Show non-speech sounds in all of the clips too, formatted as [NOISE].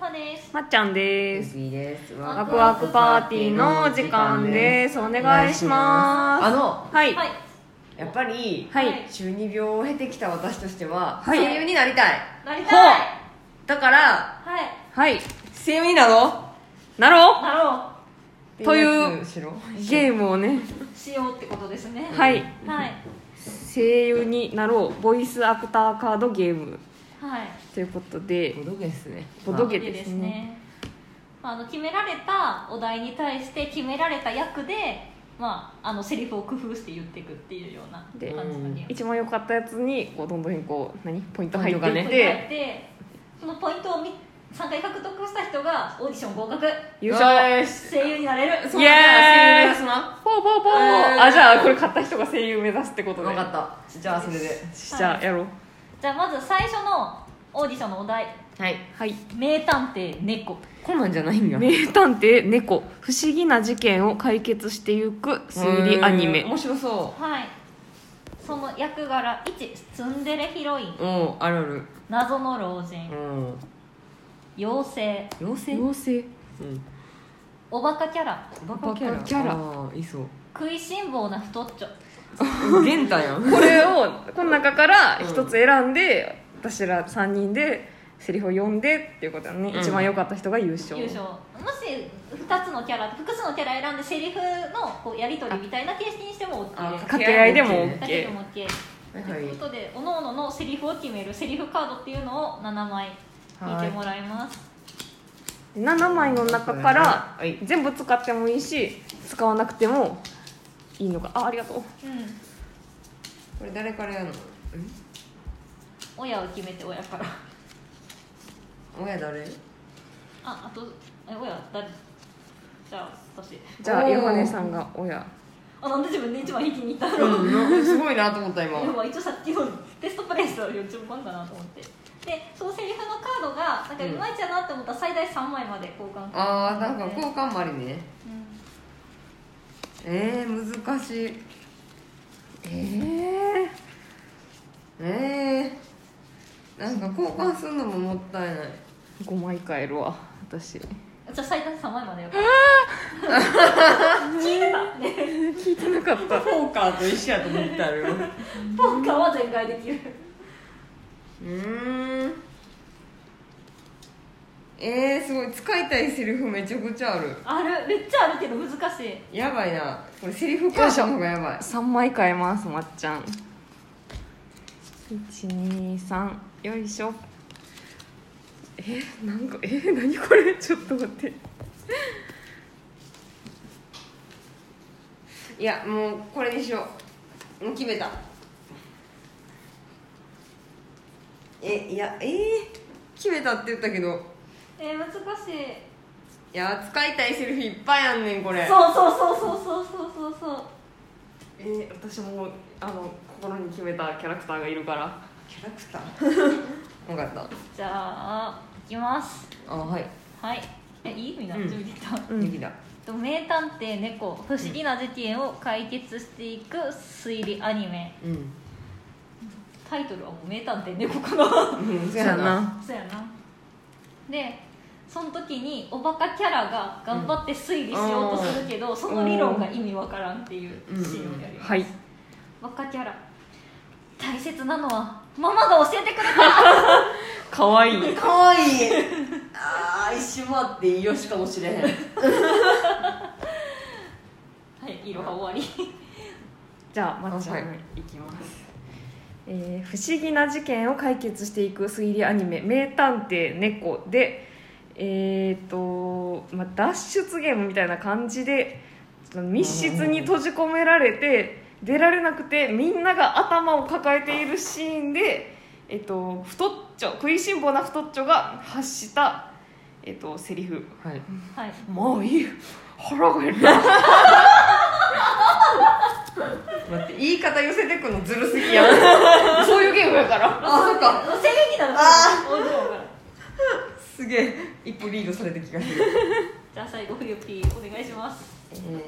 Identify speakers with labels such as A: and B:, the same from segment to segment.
A: はです
B: まっちゃんです。
C: SB です
B: ワクワクパーティーの時間です。お願いします。
C: あの
B: はい。
A: はい
C: やっぱり、
B: はい
C: 中二病を経てきた私としては、
B: はい
C: 声優になりたい
A: なりたい
C: だから
A: はい
B: はい。
C: 声優になろ
B: なろ
A: なろ
C: う
B: という
C: ってやつしろ
B: うゲームをね、
A: うしようってことですね
B: はい
A: はい
B: 声優になろう、ボイスアクターカードゲーム
A: はい
B: ということで、
C: ボドゲですね
B: ボドゲ
A: いいですねあの決められたお題に対して決められた役でまああのセリフを工夫して言っていくっていうような
B: で
A: 感じのゲーム
B: 一番良かったやつに、こう、どんどんこう、何ポイント入って
C: ポイント
B: い
C: が
B: っ
C: ね
B: て、
A: でそのポイントを3回獲得した人がオーディション合格
B: 優勝
C: よし
A: 声優になれる
B: イ
C: そ
A: そうう
B: エー
C: だ
B: イ
C: 声優目指すな
B: ポーポーポー
C: えー
B: あ、じゃあこれ買った人が声優目指すってこと
C: 分
B: ね。
C: かったじゃあそれで
B: じゃあやろう。
A: じゃあまず最初のオーディションのお題
C: はい
B: はい。
A: 「名探偵猫
C: こんなんじゃないんや
B: 名探偵猫不思議な事件を解決していく推理アニ
C: う
B: メ
C: ん面白」そ
A: はいその役柄1ツンデレヒロイン
C: ううんあるある
A: 謎の老人
C: うん
A: 妖精
C: 妖精
B: 妖精
C: うん
A: おバカキャラ
C: バカキャラ
B: バカキャラ
C: あーいそう
A: 食いしん坊な太っちょ
C: 玄太やん
B: これをこの中から
C: うん
B: 一つ選んで、私ら3人でセリフを読んでっていうことだね、
C: うん
B: 一番良かった人が優勝
A: 優勝もし2つのキャラ複数のキャラ選んでセリフのこうやり取りみたいな形式にしても OK
C: あ
A: です
B: 掛け合いでも
A: だ
B: OK
A: けでも OK
C: はい
A: と
C: はい
A: いうことでおのおののセリフを決めるセリフカードっていうのを7枚見てもらいます
B: 7枚の中から
C: はい
B: 全部使ってもいいし使わなくてもいいのかあありがとう
A: うん
C: これ誰からやるの
A: 親を決めて親から
C: 親誰
A: ああとえ親誰じゃあ私
B: じゃあ
C: おー
B: ヨハネさんが親
A: あなんで自分で一番引きにいったの
C: うん、 [LAUGHS] すごいなと思った今
A: いや
B: [LAUGHS]
A: まあ一応さっきのテストプレイスは順番だなと思ってでそのセリフのカードがなんか
C: う
A: うんまいちゃなって思ったら最大3枚まで交換
C: ああなんか交換もありね
A: うん
C: えー、難しい
B: ええ
C: えー、なんか交換するのももったいない
B: ー、5枚買えるわ私
A: じゃあ最大3枚までよ [LAUGHS] 聞いてたね
B: 聞いてなかった
C: ポーカーと一緒やと思ってあるよう
A: ポーカーは全開できる
C: ーんえー、すごい使いたいセリフめちゃくちゃある
A: あるめっちゃあるけど難しい
C: やばいなこれセリフカードの方がやばい
B: 3枚買えますまっちゃん123よいしょえなんかえ何これちょっと待って
C: いやもうこれにしようもう決めたえいやえー、決めたって言ったけど
A: えー、難しい
C: いや使いたいセリフいっぱいあんねんこ
A: そ
C: れ
A: うそうそうそうそうそうそうそう
B: え私もあの心に決めたキャラクターがいるから
C: キャラクター [LAUGHS] 分かった
A: じゃあいきます
C: あはい、
A: はいえいいみんな
C: うん
A: 準備できた、
B: うん
C: できた
A: と名探偵猫不思議な事件を解決していく推理アニメ
C: うん
A: タイトルはもう名探偵猫かな
C: うん
B: そ
C: そうう
B: や
C: やな
A: [LAUGHS]
B: な
A: そうやなでその時におバカキャラが頑張って推理しようとするけど、その理論が意味わからんっていうシーンをやります、
B: はい
A: バカキャラ大切なのはママが教えてくれ [LAUGHS] た
B: かわいい
C: かわいいああ一瞬待ってよしかもしれへん
A: はいいろは終わ [LAUGHS] り
B: じゃあまっちゃん、
C: はい
B: いきますえー不思議な事件を解決していく推理アニメ「名探偵猫」でえっ、と、まあ、脱出ゲームみたいな感じでその密室に閉じ込められて出られなくてみんなが頭を抱えているシーンで、えっと太っちょ食いしん坊な太っちょが発した、えっとセリフ
C: はい
A: はい
B: 「もういい腹が減った
C: 待って言い方寄せてくのずるすぎやん」
B: そういうゲームやから
C: あそっか
A: 正義なの
C: あ
A: お嬢が
C: すげえ一歩リードされた気がする、
A: じゃあ最後冬ピーお願いします
C: えー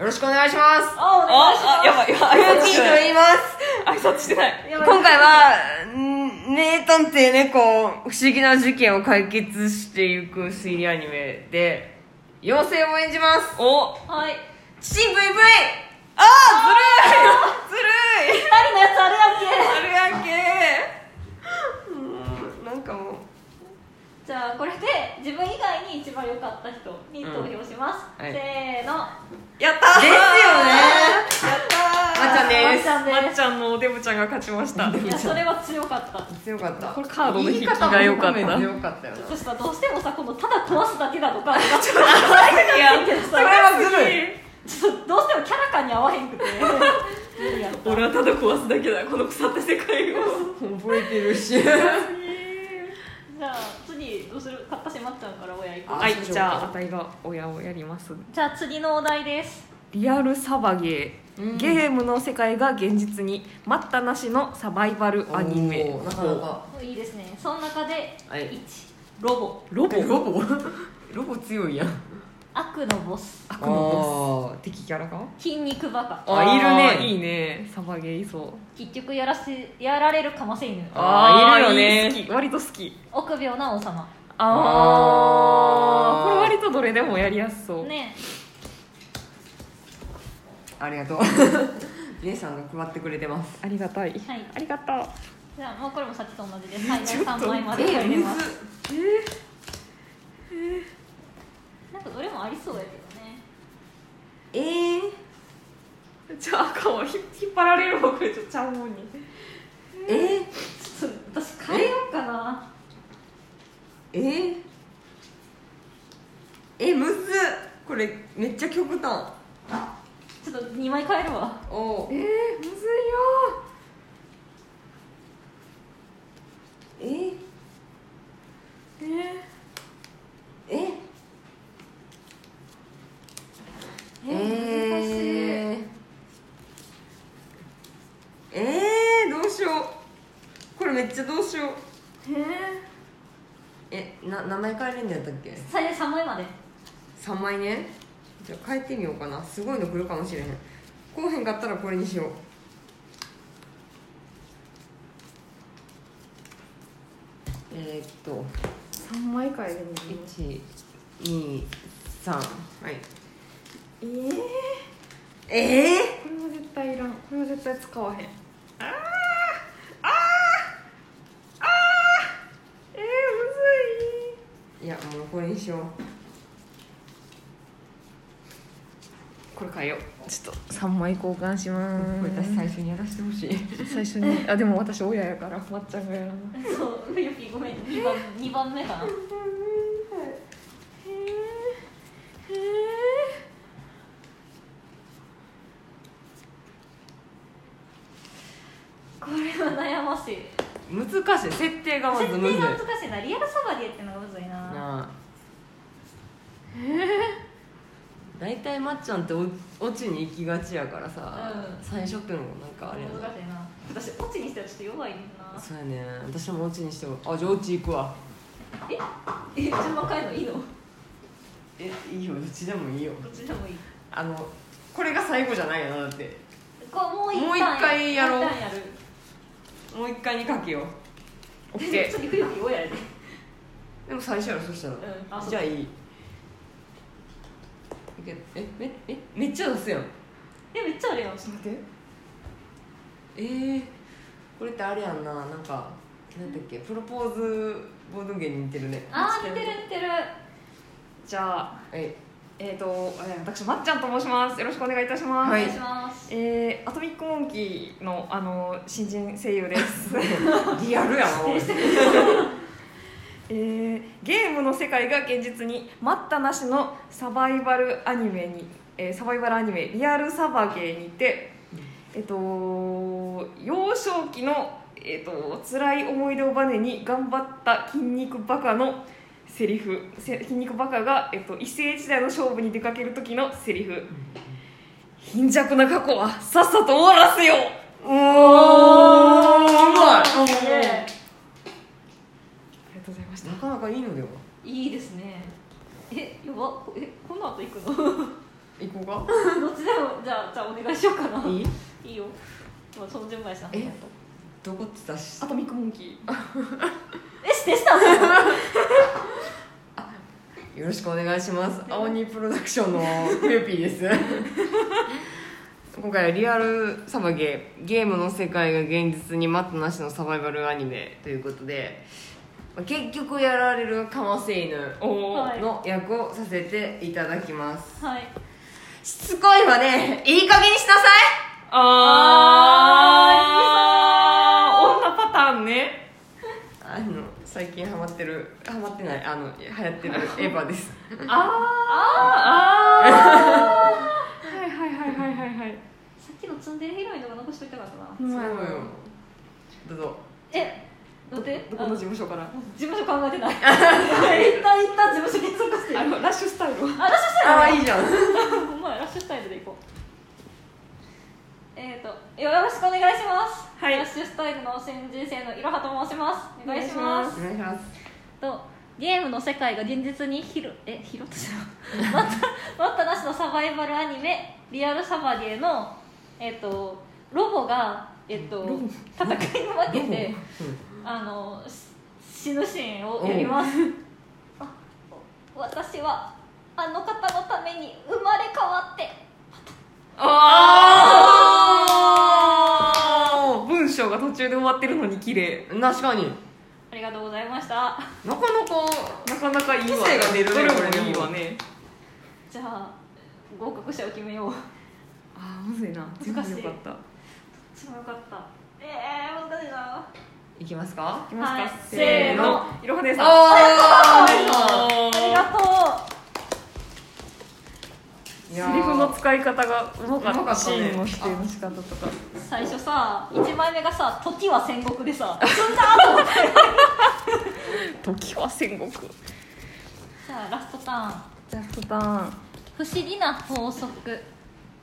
C: よろしくお願いします
A: あお願いします
B: あやばいやばい
C: ルーピーと言います
B: 挨拶してない
A: やばい
C: 今回はん
B: 名探偵猫不思議な事件を解決していく推理アニメで
C: 妖精も演じます
B: お
A: はい
C: 父 VV
B: ああずるいずるい
A: 二人のやつあれだっ
B: [LAUGHS] あるやんけうんなんかもう
A: けじゃあこれで自分以外に一番良かった人に投票します、
C: うんはい
A: せー
B: [LAUGHS]
A: の
B: やったー
C: ですよね
B: やったー
C: まっちゃんで
A: まっ
C: す
A: ちゃんです
B: まっちゃんのおデブちゃんが勝ちました
A: いやそれは強かった
C: 強かった
B: これカードの引きが
C: 言
B: 良
C: い
B: か
C: 方
B: った
C: も含め強かったよな
A: そしたらどうしてもさこのただ壊すだけだと
B: [LAUGHS]
A: かち
B: いやそれはずるい
A: ょっとどうしてもキャラ感に合わへんくて無理やった
B: [LAUGHS] 俺はただ壊すだけだこの腐った世界を
C: [LAUGHS] 覚えてるし
A: じゃあ次どうする買ったしまっちゃうから親行こう
B: はいじゃあ
C: そうか
B: 私が親をやります
A: じゃあ次のお題です
B: リアルサバゲー、
C: うん
B: ゲームの世界が現実に待ったなしのサバイバルアニメ
C: おーなかなか
A: いいですねその中で1、
C: はい
A: ロボ
B: ロボ
C: えロボロボ強いやん
A: 悪のボス
B: 悪のボス敵キャラが
A: 筋肉バカ
C: あー
B: いいねサバゲーいそう
A: 結局やらせやられるかませ犬
C: あー
B: ー
C: いるよ
B: い
C: ね
B: い好き割と好き
A: 臆病な王様
B: あ
C: あ
B: あ
C: ー
B: これ割とどれでもやりやすそう、
A: ね
C: ありがとう姉さんが配ってくれてます
B: ありがたい、
A: はい
B: ありがとう
A: じゃあもうこれもさっきと同じです最大3枚まで入れますなんかどれもありそうやけどね
C: えー、
B: じゃあ赤を引引っ張られる方がちょっとちゃうもんに
C: えー、
A: ちょっと私変えようかな
C: えー、えむずっこれめっちゃ極端
A: ちょっと2枚変えるわ
C: お
B: えー、むずいよ
C: えー、
B: ーえ
C: え
B: ー、
C: ー、
B: えー、難しい
C: えー、えー、どうしようこれめっちゃどうしようえな名前変えれんのやったっけ
A: 最大3枚まで
C: 3枚ねじゃあ変えてみようかなすごいの来るかもしれへんこうへんかったらこれにしようえー、っと
B: 3枚かえるの
C: 123はい
B: えー、こ
C: ええ
B: れは絶対いらんこれは絶対使わへんあーあーあーえー、むずい
C: いやもうこれにしよう
B: これ変えようちょっと3枚交換しま
C: これ
B: ー
C: 私
B: す
C: 最初にやらせてほしい
B: 最 [LAUGHS] 初にあでも私親やからまっちゃんがやらな
A: そうフゆピーごめん2番 ,2 番目かなこれは悩ましい
C: 難しい設定がまず
A: 設
C: むずい
A: 定が難
C: な
A: しいなリアルサバゲーってのがむずいな
C: あ大体まっちゃんっておオチに行きがちやからさ、
A: うん
C: 最初っていうのもなんかあ
A: 難
C: れやな
A: しいな私こっちにしてはちょっと弱いねんな
C: そうやね私もオチにしてもあじゃあオチ行くわ
A: ええ順番変えるのいいのこ
C: えいいよどっちでもいいよ
A: っちでもいい
C: あのこれが最後じゃないよなだって
A: こうもう一
C: もう一回やろう
A: もう一回やる
C: もう一回にかけよう
B: オッ
A: で
B: ケ
A: 次冬ピー親やで
C: でも最初やろそしたら、
A: んあそう
C: じゃあいいいけえめえめっちゃ出すやん
A: えめっちゃあるやん
C: ちょっと待ってえー、これってあれやんななんかなんだっけプロポーズボードゲームに似てるね
A: あー似てる似てる
B: ーじゃあ
C: はい
B: えっ、ー、とえー私まっちゃんと申しますよろしくお願いいたします、
A: お
C: は
A: 願いします
B: えー、アトミックモンキーのあの新人声優です
C: リアルやなおい
B: えー、ゲームの世界が現実に待ったなしのサバイバルアニメに、えーサバイバルアニメ「リアルサバゲー」にて、えっと幼少期の、えっと辛い思い出をバネに頑張った筋肉バカのセリフせ筋肉バカが、えっと、異性時代の勝負に出かける時のセリフ「貧弱な過去はさっさと終わらせよ!」お
C: おーうまい
A: すげえ
B: ありがとうございました
C: なかなかいいのではい
A: いですねえやばこえこの後 [LAUGHS] 行くの
C: 行こうか
A: どっちでもじゃあじゃあお願いしようかない
C: い
A: いいよまあその順番やしな
C: えどこって出し
B: アトミックモンキー
A: え指定
C: [LAUGHS]
A: したの
C: よろしくお願いします青鬼プロダクションのクヨピーです今回はリアルサバゲーゲームの世界が現実に待ったなしのサバイバルアニメということでまあ結局やられるカマセイヌ
B: お
A: はい
C: の役をさせていただきます
A: はい
C: しつこいわねいい加減にしなさい
B: あー女パターンね
C: あの最近ハマってるハマってないあの流行ってるエヴァです
B: あーあーはいはいはいはいはいはい
A: さっきのツンデレヒロインとか残しといたかったな
B: うまい
C: どうぞ
A: えどうて
B: どこの事務所から
A: 事務所考えてない一旦一旦事務所検索して
B: あのラッシュスタイルを
A: あラッシュス
C: あ
A: タ
C: あ
A: イ
C: いいじゃん
A: ルお前ラッシュスタイルでいこうえっ、ー、とよろしくお願いします、
B: はい
A: ラッシュスタイルの新人生のいろはと申しますお願いします
C: お願いします
A: とゲームの世界が現実にひろえ広とじゃんまた待ったなしのサバイバルアニメ「リアルサバゲーの」えっとロボが、えっと、戦いに負けてあのし死ぬシーンをやりますあ私はあの方のために生まれ変わって
B: あー文章が途中で終わってるのに綺麗
C: うん確かに
A: ありがとうございました
C: なかなか
B: なかなかいいわ
C: 個性が出るね
B: どれも
C: これでも
B: いいわね
A: じゃあ合格者を決めよう
B: あーむずいな全部よかった
A: 一番よかったえー、難しいない
C: きますか
B: いきますか、
A: はい
B: せーの
A: せ
B: いろは姉さん
C: あ
A: ありがとう
C: セ
B: セリフの使い方がうまかった
C: うまかった
B: シ
C: ね
B: ーンの指定の仕方とか
A: 最初さ1枚目がさ「時は戦国」でさ
B: 時は戦国
A: じゃあラストターン
B: ジャストターン
A: 不思議な法則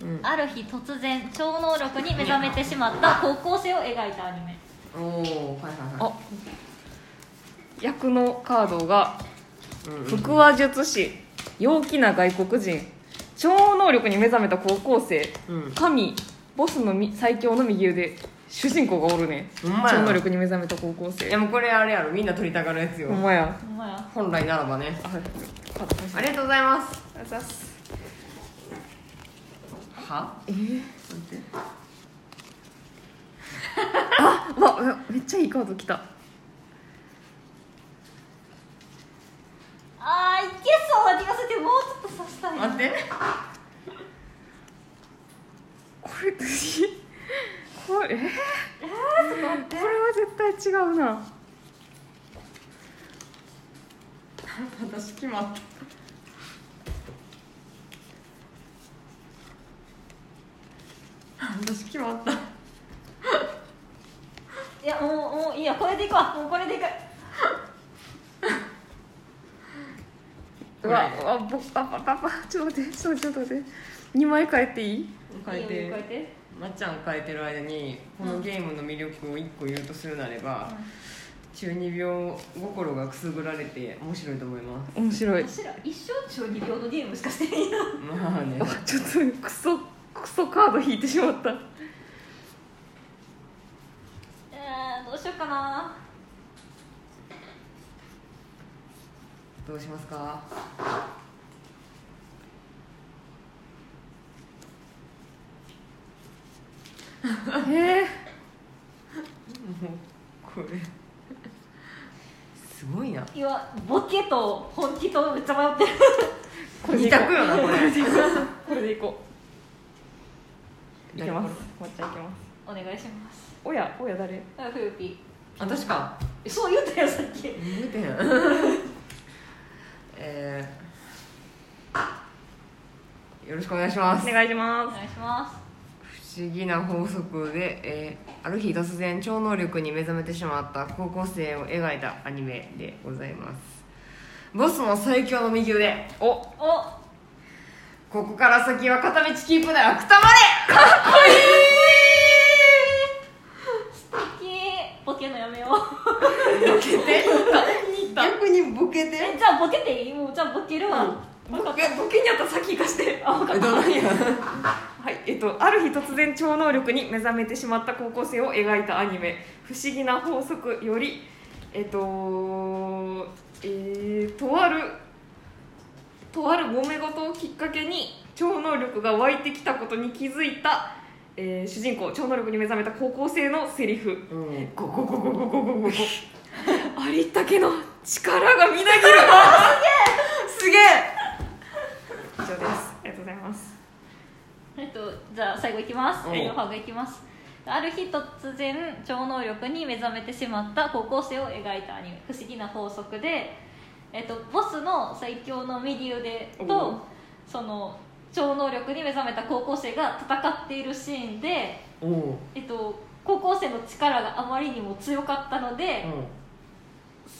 C: うん
A: ある日突然超能力に目覚めてしまった高校生を描いたアニメ
C: おおはいはいは
B: あ役のカードが
C: いうんうん
B: 腹話術師陽気な外国人超能力に目覚めた高校生
C: うん
B: 神ボスのみ最強の右腕主人公がおるね
C: ほんまや
B: 超能力に目覚めた高校
C: い
B: 生
C: やもうこれあれやろみんな取りたがるやつよ
B: ほんまや
A: ほんまや
C: 本来ならばね
B: あ
C: ありがとうございます
B: あざっす
C: は
B: えー、あわうわめっちゃいいカードきた
A: あーいけそうな気がするけどもうちょっとさしたいな
C: 待って
B: これこれえー、これは絶対違うな
C: 私決まった私決まった
A: いやもうもういいやこれでいくわもうこれでいく
B: うわうわぼパパパパちょっと待ってちょっとちょっと待って二枚変えていい
C: 変え
A: いいよ
C: て
A: 変え
C: まっちゃん変えてる間にこのゲームの魅力を一個言うとするなれば、中二病心がくすぐられて面白いと思います [LAUGHS]
B: 面白い
A: て私ら一生中二病のゲームしかしていいな
C: まあね
B: あちょっとクソクソカード引いてしまった
A: えー、どうしようかな
C: どうしますか
B: え
C: これすごいない
A: やボケと本気とめっちゃ迷ってる
B: ー、これで
C: 二
B: いこう
C: 択よなこれ
B: これでいこうい
C: 誰
B: けます
C: こ
B: 抹茶いけます
A: お願いします
B: おやおや誰
A: あふゆぴー
C: 私か
A: えそう言ったよさっき
C: 見てへ [LAUGHS] んえーよろしくお願いします
B: お願いしま
A: お
B: す
A: 願いします
C: 不思議な法則で、えーある日突然超能力に目覚めてしまった高校生を描いたアニメでございますボスの最強の右腕
B: お
A: お
C: ここから先は片道キープならくたまれ
A: 好きボケのやめよう
C: ボケて逆にボケて
A: えじゃあボケていいもうじゃあボケるわ、
C: う
B: ボケボケにあったら先行かして [LAUGHS] あ分
C: えどないや
B: [LAUGHS] はいえっと、ある日突然超能力に目覚めてしまった高校生を描いたアニメ「不思議な法則」よりえっとえーとあるとある揉め事をきっかけに超能力が湧いてきたことに気づいた、えー主人公超能力に目覚めた高校生のセリフ
C: うん
B: 「ゴゴゴゴゴゴゴゴゴ」ありったけの力がみなぎる [LAUGHS] すげえすげえ以上ですありがとうございます
A: えっと、じゃあ最後いきます
C: うん
A: ヨハがいきますある日突然超能力に目覚めてしまった高校生を描いたアニメ「不思議な法則で」えっと、ボスの最強のミリュウで
C: おう
A: とその超能力に目覚めた高校生が戦っているシーンで、
C: おお
A: えっと、高校生の力があまりにも強かったので、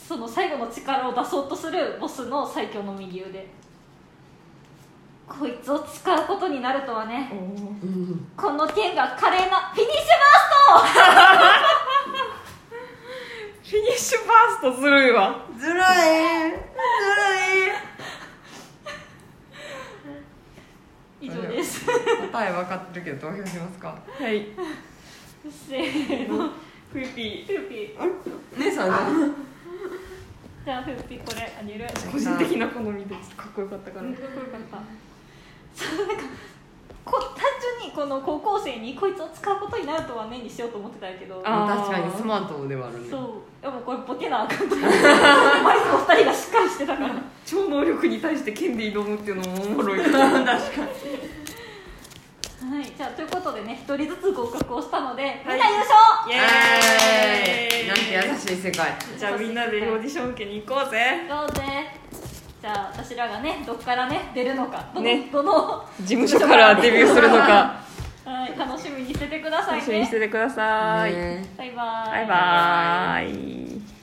A: その最後の力を出そうとするボスの最強の右腕こいつを使うことになるとはね
B: おー
C: うん
A: この剣が華麗なフィニッシュバース
B: フィニッシュバーストずるいわ
C: ずるいずるい
A: ト以上です
C: 答え分かってるけど投票しますか
B: はい
A: せーの
B: クリピー
A: フーピー
C: 姉さんじゃん
A: じゃあフーピーこれあげるかっ
B: 個人的な好みでちょっとかっこよかったから、
A: こよかったそうなんかこ単純にこの高校生にこいつを使うことになるとはねにしようと思ってたんやけど
B: あー
C: 確かにスマートではあるね
A: そうでもこれボケなあかんと思ってマリコ2人がしっかりしてたから
B: 超能力に対して剣で挑むっていうのもおも [LAUGHS] ろい
C: 確かに
A: はい、じゃあということでね一人ずつ合格をしたので、みんな優
B: イ
A: 勝
B: エーイ
C: なんて優しい世界
B: じゃあみんなでオーディション受けに行こうぜ
A: どうぜじゃあ私らがねどっからね出るのかどの,、
B: ね
A: どの、
B: 事務所からデビューするのか
A: はい、楽しみにしててください
B: 楽しみに
A: ね
B: しててください、
C: ね
A: バイバーイ
B: バイバーイ